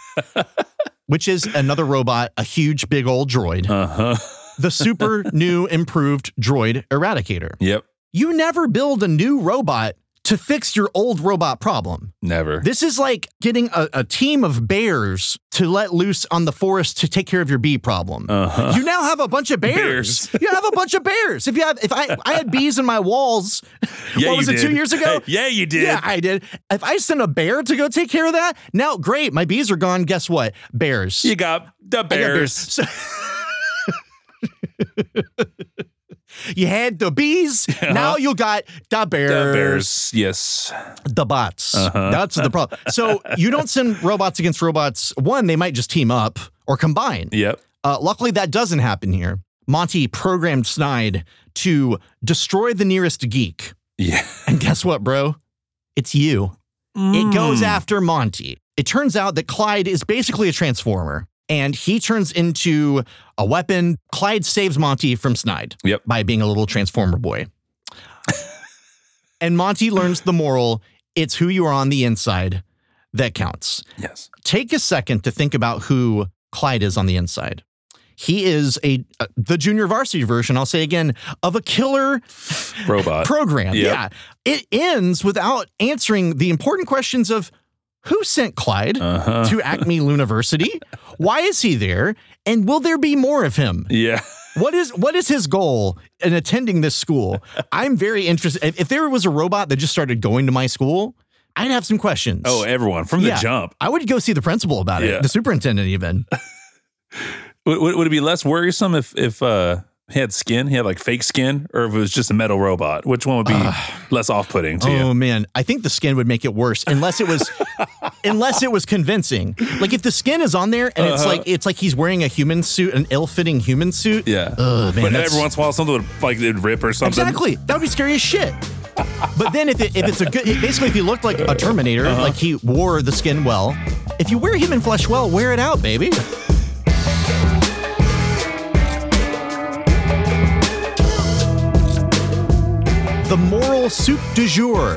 Which is another robot, a huge big old droid. Uh-huh. the super new improved droid eradicator. Yep. You never build a new robot to fix your old robot problem. Never. This is like getting a, a team of bears to let loose on the forest to take care of your bee problem. Uh-huh. You now have a bunch of bears. you have a bunch of bears. If you have, if I, I had bees in my walls. Yeah, what was you it? Two did. years ago. Yeah, you did. Yeah, I did. If I send a bear to go take care of that, now great, my bees are gone. Guess what? Bears. You got the bears. So- you had the bees. Now you got the bears. Uh-huh. The bears. Yes. The bots. Uh-huh. That's the problem. So you don't send robots against robots. One, they might just team up or combine. Yep. Uh, luckily, that doesn't happen here. Monty programmed Snide to destroy the nearest geek. Yeah. And guess what, bro? It's you. It goes after Monty. It turns out that Clyde is basically a transformer and he turns into a weapon. Clyde saves Monty from Snide Yep. by being a little transformer boy. and Monty learns the moral it's who you are on the inside that counts. Yes. Take a second to think about who Clyde is on the inside. He is a uh, the junior varsity version, I'll say again, of a killer Robot. program. Uh, Yep. Yeah. It ends without answering the important questions of who sent Clyde Uh-huh. to Acme University? Why is he there? And will there be more of him? Yeah. What is what is his goal in attending this school? I'm very interested. If, if there was a robot that just started going to my school, I'd have some questions. Oh, everyone from the Yeah. jump. I would go see the principal about it, Yeah. the superintendent even. Would, would, would it be less worrisome if if uh he had skin, he had like fake skin, or if it was just a metal robot? Which one would be less off putting to Oh you? man, I think the skin would make it worse unless it was unless it was convincing. Like if the skin is on there and it's Uh-huh. like it's like he's wearing a human suit, an ill-fitting human suit. Yeah. Ugh, man, but that's- every once in a while something would like it'd rip or something. Exactly. That would be scary as shit. But then if, it, if it's a good, basically if he looked like a Terminator, Uh-huh. like he wore the skin well, if you wear human flesh well, wear it out, baby. The moral soup du jour.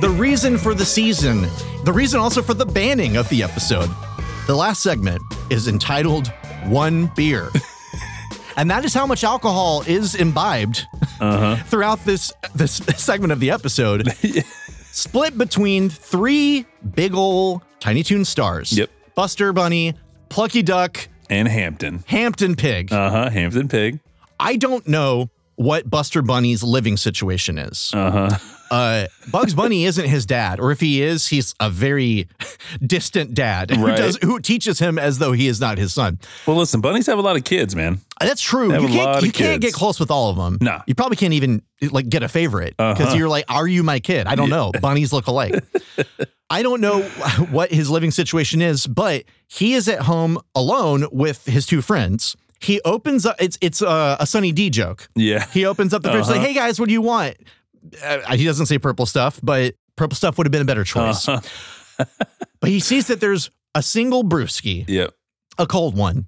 The reason for the season. The reason also for the banning of the episode. The last segment is entitled One Beer. and that is how much alcohol is imbibed throughout this this segment of the episode. split between three big ol' Tiny Toon stars. Yep. Buster Bunny, Plucky Duck, And Hampton. Hampton Pig. Uh huh. Hampton Pig. I don't know what Buster Bunny's living situation is. Uh-huh. Uh, Bugs Bunny isn't his dad, or if he is, he's a very distant dad who Right. does who teaches him as though he is not his son. Uh, Well, listen, bunnies have a lot of kids, man. That's true. They have You a lot can't of you can't kids. get close with all of them. Nah. You probably can't even like get a favorite because Uh-huh. you're like, are you my kid? I don't know. Bunnies look alike. I don't know what his living situation is, but he is at home alone with his two friends. He opens up. It's it's a, a Sunny D joke. Yeah. He opens up the fridge like, Uh-huh. hey guys, what do you want? Uh, he doesn't say purple stuff, but purple stuff would have been a better choice. Uh-huh. but he sees that there's a single brewski, Yep. a cold one,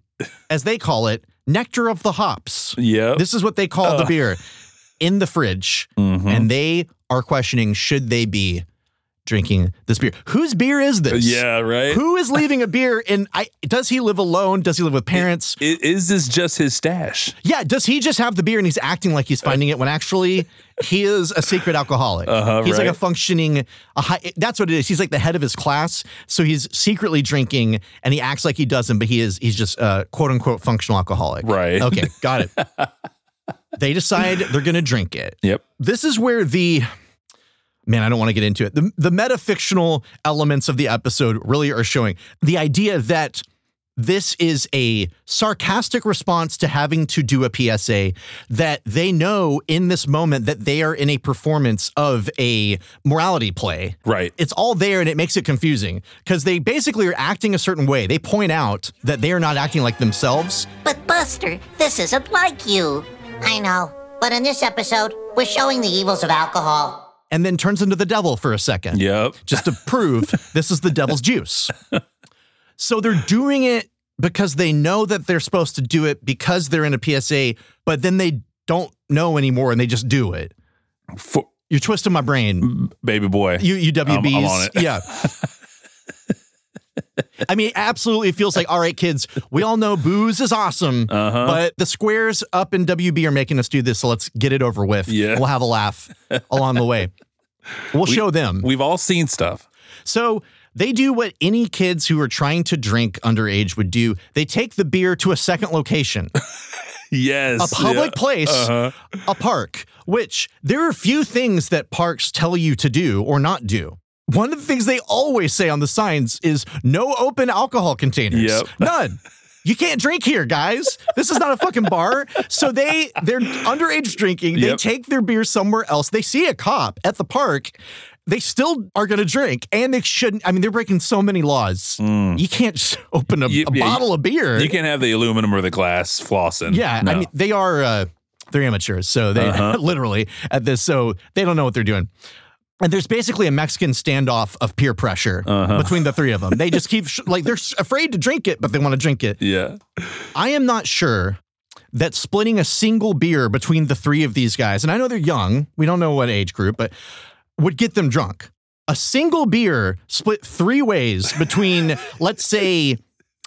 as they call it, nectar of the hops. Yep. This is what they call the Ugh. beer in the fridge. Mhm. And they are questioning should they be drinking this beer? Whose beer is this? Yeah, right? Who is leaving a beer? And I, does he live alone? Does he live with parents? I- Is this just his stash? yeah, does he just have the beer and he's acting like Uh, he's finding it when actually he is a secret alcoholic? Uh-huh, he's like a right. functioning, a high, that's what it is. He's like the head of his class, so he's secretly drinking and he acts like he doesn't, but he is he's just a quote unquote functional alcoholic. Right. Okay, got it. they decide they're going to drink it. Yep. This is where the man, I don't want to get into it. The, the metafictional elements of the episode really are showing the idea that this is a sarcastic response to having to do a PSA that they know in this moment that they are in a performance of a morality play. Right. It's all there and it makes it confusing because they basically are acting a certain way. They point out that they are not acting like themselves. But Buster, this isn't like you. I know, but in this episode, we're showing the evils of alcohol. and then turns into the devil for a second. Yep. Just to prove this is the devil's juice. So they're doing it because they know that they're supposed to do it because they're in a PSA, but then they don't know anymore and they just do it. For- You're twisting my brain. Baby boy. You, you I'm- I'm WBs. on it. Yeah. I mean, absolutely it feels like, all right, kids, we all know booze is awesome, Uh-huh. but the squares up in WB are making us do this. So let's get it over with. Yeah. We'll have a laugh along the way. We'll show them. We've all seen stuff. So they do what any kids who are trying to drink underage would do. They take the beer to a second location, Yes. a public Yeah. place, Uh-huh. a park, which there are few things that parks tell you to do or not do. One of the things they always say on the signs is no open alcohol containers. Yep. None. You can't drink here, guys. This is not a fucking bar. So they they're underage drinking. They Yep. take their beer somewhere else. They see a cop at the park. They still are going to drink, and they shouldn't. I mean, they're breaking so many laws. You can't just open a, Mm. You- a yeah, you- bottle of beer. You can't have the aluminum or the glass flossing. Yeah, I No. mean they are uh, they're amateurs, so they Uh-huh. literally at this, so they don't know what they're doing. And there's basically a Mexican standoff of peer pressure Uh-huh. between the three of them. They just keep sh- like they're s- afraid to drink it, but they want to drink it. yeah. I am not sure that splitting a single beer between the three of these guys, and I know they're young, we don't know what age group, but would get them drunk. A single beer split three ways between, let's say,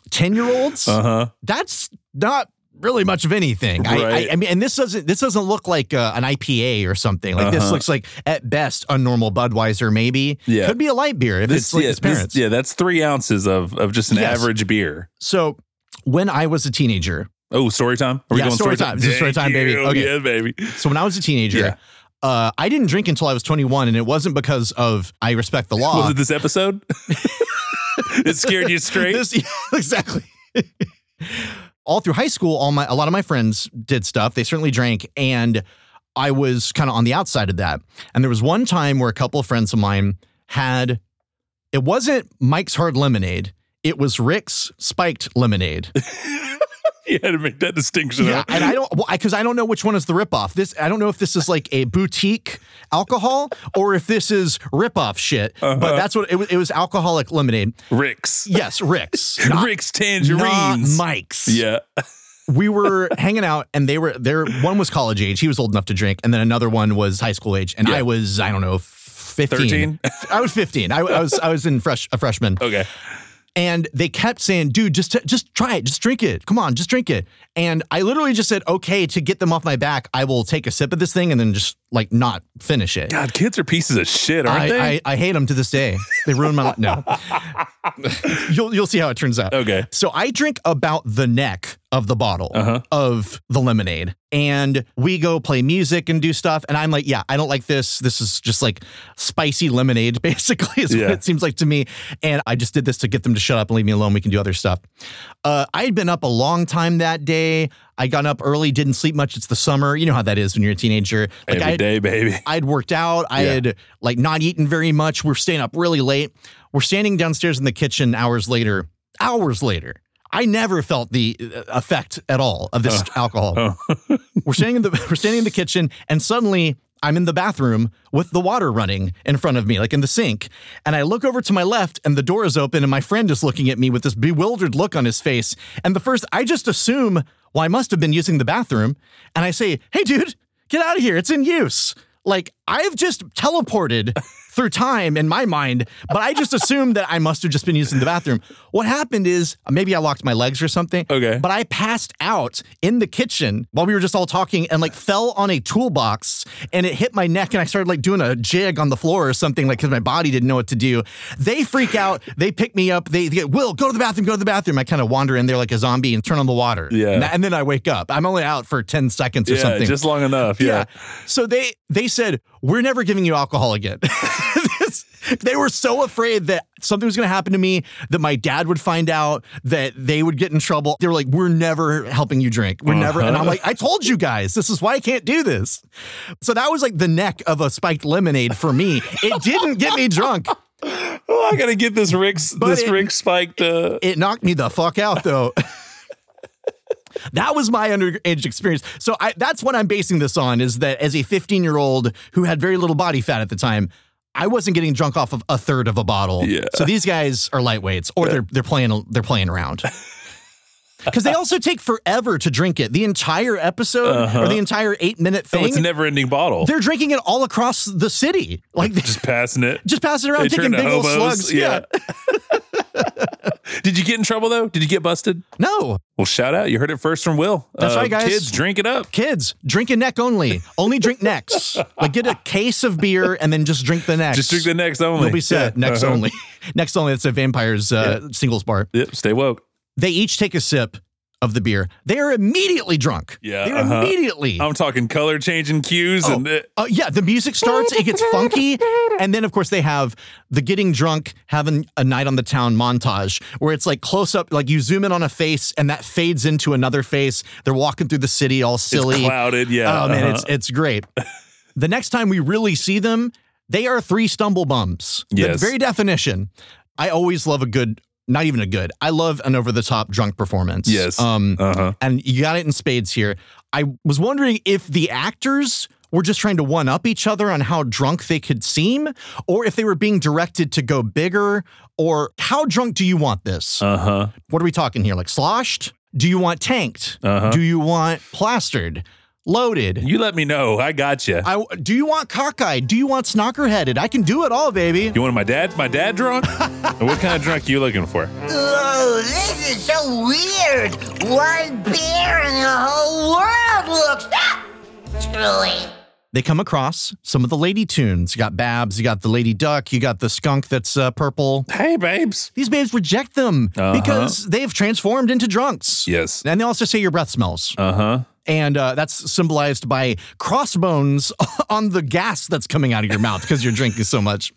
10 year olds, Uh-huh. that's not really much of anything. I, I, Right. I mean, and this doesn't this doesn't look like uh, an IPA or something. Like this Uh-huh. looks like at best a normal Budweiser, maybe. Yeah. could be a light beer if it's like yeah, his parents. yeah, that's three ounces of, of just an Yes. average beer. So when I was a teenager, Oh, story time? Are we Yeah, going story story, time. This is story Thank time, baby. you. Okay. Yeah, baby. So when I was a teenager, Yeah. uh, I didn't drink until I was 21, and it wasn't because of I respect the law. Was it this episode? it scared you straight? This- yeah, exactly. all through high school, all my a lot of my friends did stuff. They certainly drank, and I was kind of on the outside of that. And there was one time where a couple of friends of mine had it wasn't Mike's Hard Lemonade. It was Rick's spiked lemonade. you had to make that distinction. Yeah, huh? and I don't because I, don't know which one is the ripoff. This I don't know if this is like a boutique alcohol or if this is ripoff shit. Uh-huh. But that's what it was. It was alcoholic lemonade. Rick's. Yes, Rick's, not, Rick's not tangerines. Mike's. yeah. we were hanging out, and they were there. One was college age; he was old enough to drink, and then another one was high school age, and Yeah. I was I don't know. 15. 13? I was 15. I, I was I was in fresh a freshman Okay. and they kept saying, "Dude, just just try it, just drink it. Come on, just drink it." And I literally just said, "Okay," to get them off my back. I will take a sip of this thing and then just like not finish it. God, kids are pieces of shit, aren't they? I, I, I hate them to this day. They ruined my life. No, you'll you'll see how it turns out. Okay. So I drink about the neck of the bottle Uh-huh. of the lemonade, and we go play music and do stuff. And I'm like, yeah, I don't like this. This is just like spicy lemonade, basically, is what Yeah. it seems like to me. And I just did this to get them to shut up and leave me alone. We can do other stuff. Uh, I had been up a long time that day. I got up early, didn't sleep much. It's the summer. You know how that is when you're a teenager. Every I, day, baby. I'd worked out. I Yeah. had like not eaten very much. We're staying up really late. We're standing downstairs in the kitchen hours later. Hours later. I never felt the uh, effect at all of this alcohol. we're standing in the we're standing in the kitchen and suddenly I'm in the bathroom with the water running in front of me, like in the sink. And I look over to my left and the door is open and my friend is looking at me with this bewildered look on his face. And the first I just assume, well, I must have been using the bathroom. And I say, Hey dude, get out of here. It's in use. Like I've just teleported through time in my mind, but I just assumed that I must have just been using the bathroom. What happened is maybe I locked my legs or something. Okay. But I passed out in the kitchen while we were just all talking and like fell on a toolbox and it hit my neck and I started like doing a jig on the floor or something like because my body didn't know what to do. They freak out. They pick me up. They, they get, Will, go to the bathroom, go to the bathroom. I kind of wander in there like a zombie and turn on the water. Yeah. And, and then I wake up. I'm only out for 10 seconds or yeah, something. just long enough. Yeah. So they they said we're never giving you alcohol again. This- They were so afraid that something was going to happen to me, that my dad would find out, that they would get in trouble. They were like, "We're never helping you drink. We're never." And I'm Uh-huh. like, "I told you guys, this is why I can't do this." So that was like the neck of a spiked lemonade for me. It didn't get me drunk. Oh, I gotta get this Rick's this it- Rick spiked. Uh, it knocked me the fuck out though. that was my underage experience. So I, that's what I'm basing this on is that as a 15 year old who had very little body fat at the time, I wasn't getting drunk off of a third of a bottle. Yeah. So these guys are lightweights, or they're they're playing they're playing around. Because they also take forever to drink it. The entire episode or the entire eight minute Uh-huh. oh, thing, it's a never ending bottle. they're drinking it all across the city. Like just passing it. just passing it around, They taking turn to big old hobos, slugs. Yeah. Did you get in trouble though? Did you get busted? No. Well, shout out. You heard it first from Will. Uh, That's right, guys. Kids, drink it up. Kids, drink a neck only. Only drink necks. Like get a case of beer and then just drink the necks. Just drink the next only. You'll be set. Yeah. Next Uh-huh. only. next only. That's a vampire's uh, singles bar. Yep. Stay woke. They each take a sip of the beer. They are immediately drunk. Yeah. They're uh-huh. immediately. I'm talking color changing cues and uh, Uh, yeah, the music starts, it gets funky, and then of course they have the getting drunk, having a night on the town montage where it's like close up, like you zoom in on a face and that fades into another face. They're walking through the city all silly. clouded, yeah, Oh man, uh-huh. it's it's great. the next time we really see them, they are three stumble bumps. Yes. The very definition. I always love a good not even a good. I love an over the top drunk performance. Yes. Um Uh-huh. and you got it in spades here. I was wondering if the actors were just trying to one up each other on how drunk they could seem, or if they were being directed to go bigger, or how drunk do you want this? uh huh. What are we talking here? Like sloshed? Do you want tanked? Uh-huh. Do you want plastered? Loaded? You let me know. I got you. I, do you want cockeyed? Do you want snockerheaded? I can do it all, baby. you want my dad? My dad drunk? what kind of drunk you looking for? Oh, this is so weird. One beer and the whole world looks. Ah! Truly. They come across some of the lady tunes. You got Babs, you got the Lady Duck, you got the skunk that's uh, purple. Hey, babes. These babes reject them Uh-huh. because they've transformed into drunks. Yes. And they also say your breath smells. Uh huh. And uh, that's symbolized by crossbones on the gas that's coming out of your mouth because you're drinking so much.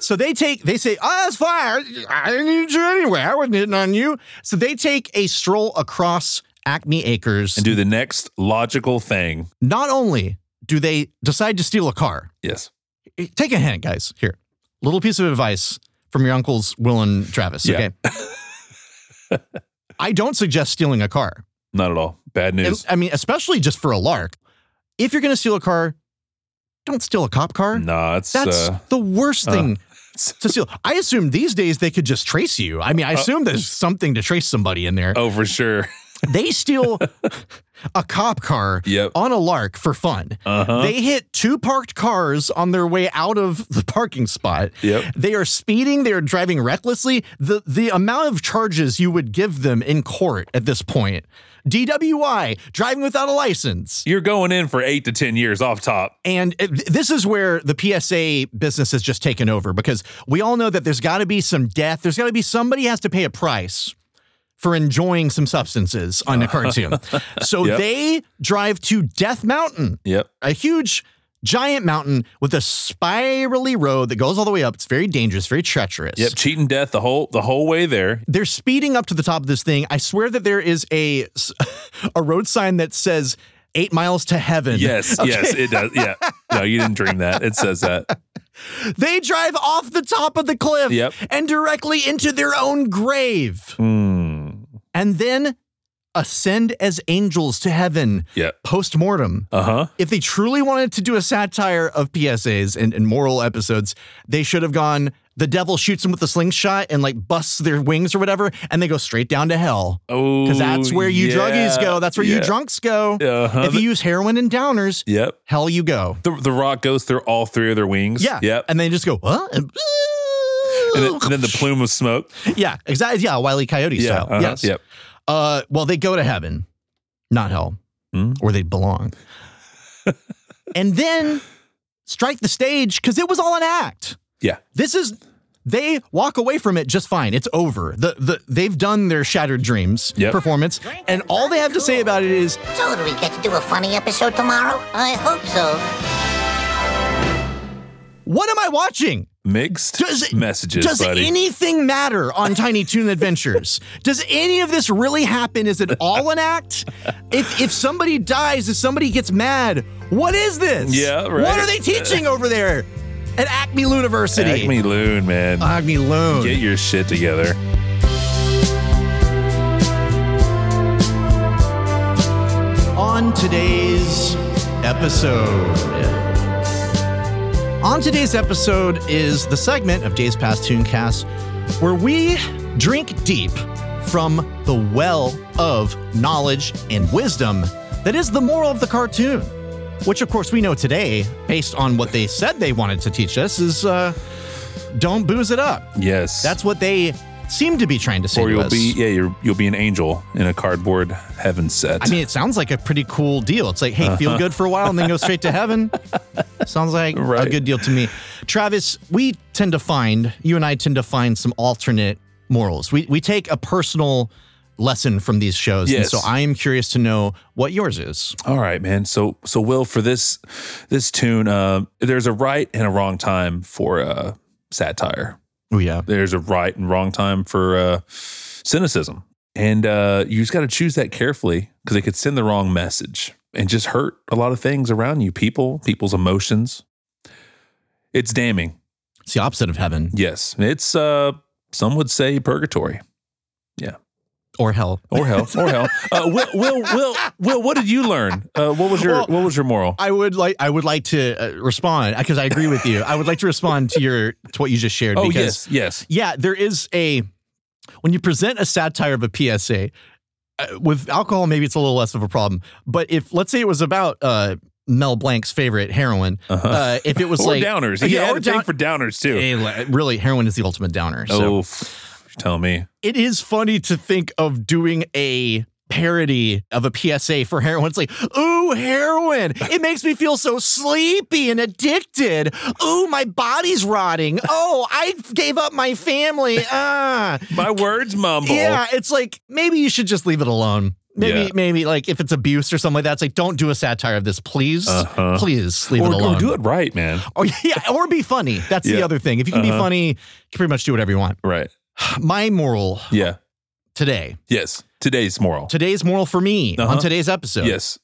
So they take, they say, oh, that's fire. I didn't need you anyway. I wasn't hitting on you. So they take a stroll across Acme Acres. And do the next logical thing. Not only do they decide to steal a car, Yes. take a hint, guys. Here, little piece of advice from your uncles, Will and Travis. Yeah. Okay. I don't suggest stealing a car. Not at all. Bad news. I mean, especially just for a lark. If you're going to steal a car, don't steal a cop car. nah, it's That's uh, the worst thing to steal. I assume these days they could just trace you. I mean, Uh, I assume there's something to trace somebody in there. oh for sure. They steal a cop car Yep. on a lark for fun. Uh-huh. They hit two parked cars on their way out of the parking spot. Yep. They are speeding, they are driving recklessly. The the amount of charges you would give them in court at this point. DWI, driving without a license. You're going in for eight to ten years off top. And it- this is where the PSA business has just taken over because we all know that there's got to be some death. There's got to be somebody has to pay a price for enjoying some substances on a cartoon. so Yep. they drive to Death Mountain, Yep. a huge, giant mountain with a spirally road that goes all the way up. It's very dangerous, very treacherous. Yep. Cheating death the whole the whole way there. They're speeding up to the top of this thing. I swear that there is a a road sign that says eight miles to heaven. Yes, yes, it does. Yeah. No, you didn't dream that. It says that. They drive off the top of the cliff Yep. Mm. and directly into their own grave. Hmm. And then ascend as angels to heaven Yeah. post mortem. Uh huh. If they truly wanted to do a satire of PSAs and, and moral episodes, they should have gone. The devil shoots them with a slingshot and like busts their wings or whatever, and they go straight down to hell. Oh, Because that's where you yeah. druggies go. That's where you Yeah. drunks go. Uh-huh. If you use heroin and downers, Yep. hell you go. The, the rock goes through all three of their wings. Yeah. Yep. And they just go, huh? And- And then, and then the plume of smoke. Yeah, exactly. Yeah, Wiley Coyote Yeah. style. uh-huh, Yes. Yep. Uh, well, they go to heaven, not hell, Hmm. where they belong. and then strike the stage because it was all an act. Yeah. This is they walk away from it just fine. It's over. The the they've done their shattered dreams Yep. performance, and all they have to say about it is So, do we get to do a funny episode tomorrow? I hope so. What am I watching? Mixed messages, Does buddy. anything matter on Tiny Toon Adventures? Does any of this really happen? Is it all an act? If if somebody dies, if somebody gets mad, what is this? Yeah, right. What are they teaching over there at Acme University? Acme Loon, man. Acme Loon. Get your shit together. on today's episode. On today's episode is the segment of Days Past Tooncast where we drink deep from the well of knowledge and wisdom that is the moral of the cartoon. Which, of course, we know today, based on what they said they wanted to teach us, is uh, don't booze it up. Yes. That's what they seem to be trying to say or to you'll us. be yeah, you're, you'll be an angel in a cardboard heaven set. I mean, it sounds like a pretty cool deal. It's like, hey, feel Uh-huh. good for a while and then go straight to heaven. sounds like a good deal to me. Travis, we tend to find, you and I tend to find some alternate morals. We, we take a personal lesson from these shows. Yes. And so I am curious to know what yours is. All right, man. So so Will for this this tune, uh, there's a right and a wrong time for uh, satire. Oh yeah. There's a right and wrong time for uh, cynicism, and uh, you just got to choose that carefully because it could send the wrong message and just hurt a lot of things around you, people, people's emotions. It's damning. It's the opposite of heaven. Yes, it's uh, some would say purgatory. Yeah. Or hell. Or hell. Or hell. Uh, Will, Will, Will, Will, what did you learn? Uh, what was your Well, What was your moral? I would like I would like to uh, respond because I agree with you. I would like to respond to your to what you just shared. Oh, because, yes, yes. yeah. There is a when you present a satire of a PSA uh, with alcohol, maybe it's a little less of a problem. But if let's say it was about uh, Mel Blanc's favorite heroin, uh if it was Uh-huh. or like downers. He yeah, had or a thing down- for downers too. Hey, li- really, heroin is the ultimate downer. So Oh, f- you tell me. it is funny to think of doing a parody of a PSA for heroin. It's like, ooh, heroin. It makes me feel so sleepy and addicted. Ooh, my body's rotting. Oh, I gave up my family. Ah. My words mumble. Yeah, it's like maybe you should just leave it alone. Maybe, Yeah. maybe like if it's abuse or something like that, it's like don't do a satire of this, please, Uh-huh. please leave it or, alone. or do it right, man. Or yeah, or be funny. That's the Yeah. other thing. If you can be Uh-huh. funny, you can pretty much do whatever you want. Right. My moral Yeah. today, Yes. Today's moral. today's moral for me on Uh-huh. today's episode. Yes.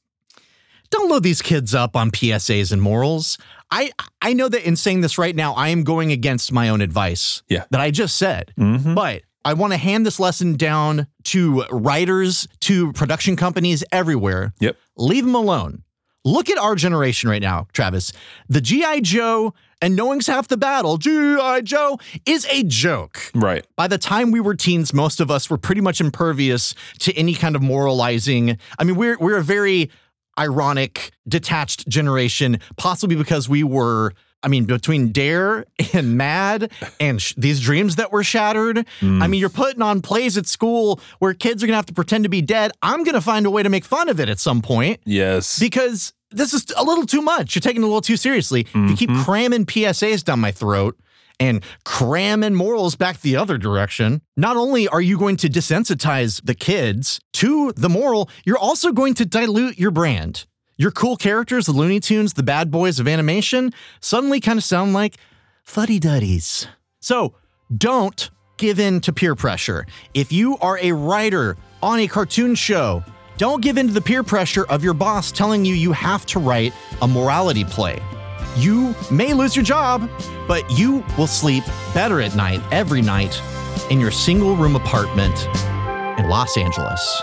Don't load these kids up on PSAs and morals. I I know that in saying this right now, I am going against my own advice Yeah. that I just said. But I want to hand this lesson down to writers, to production companies everywhere. Yep. Leave them alone. Look at our generation right now, Travis. The G.I. Joe and knowing's half the battle, G.I. Joe is a joke. Right. By the time we were teens, most of us were pretty much impervious to any kind of moralizing. I mean, we're we're a very ironic, detached generation, possibly because we were. I mean, between Dare and Mad and sh- these dreams that were shattered. I mean, you're putting on plays at school where kids are going to have to pretend to be dead. I'm going to find a way to make fun of it at some point Yes. because this is a little too much. You're taking it a little too seriously. If you keep cramming PSAs down my throat and cramming morals back the other direction, not only are you going to desensitize the kids to the moral, you're also going to dilute your brand. Your cool characters, the Looney Tunes, the bad boys of animation, suddenly kind of sound like fuddy duddies. So don't give in to peer pressure. If you are a writer on a cartoon show, don't give in to the peer pressure of your boss telling you you have to write a morality play. You may lose your job, but you will sleep better at night every night in your single room apartment in Los Angeles.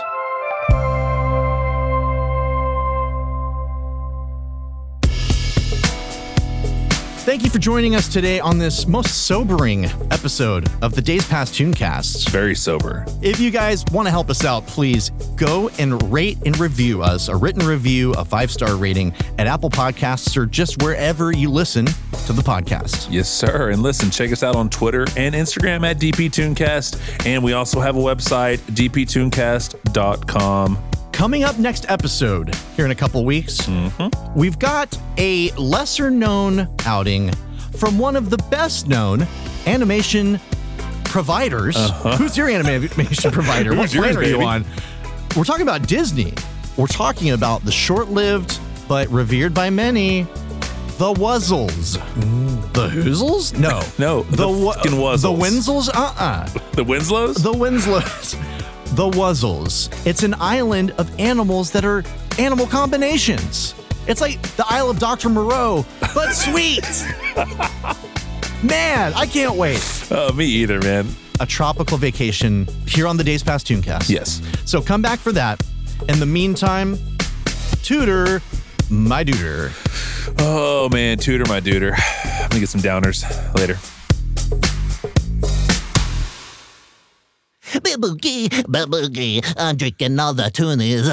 Thank you for joining us today on this most sobering episode of the Days Past Tooncast. Very sober. If you guys want to help us out, please go and rate and review us a written review, a five star rating at Apple Podcasts or just wherever you listen to the podcast. Yes, sir. And listen, check us out on Twitter and Instagram at DPTuneCast. And we also have a website, dptunecast.com. Coming up next episode, here in a couple weeks, Mm-hmm. we've got a lesser known outing from one of the best known animation providers. Who's your animation provider? what Uh-huh. Who's yours, planet are you baby? on? We're talking about Disney. We're talking about the short lived but revered by many, The Wuzzles. The Hoozles? No. no. The, Wa- fucking Wuzzles. The Winslows? Uh-uh. The Winslows? The Winslows. The Wuzzles. It's an island of animals that are animal combinations. It's like the Isle of Dr. Moreau, but sweet. man, I can't wait. Oh, me either, man. A tropical vacation here on the Days Past Tooncast. Yes. So come back for that. In the meantime, tutor my duder. Oh man, tutor my duder. I'm gonna get some downers later. Bubble gee, bubble gee. I'm drinking all the toonies.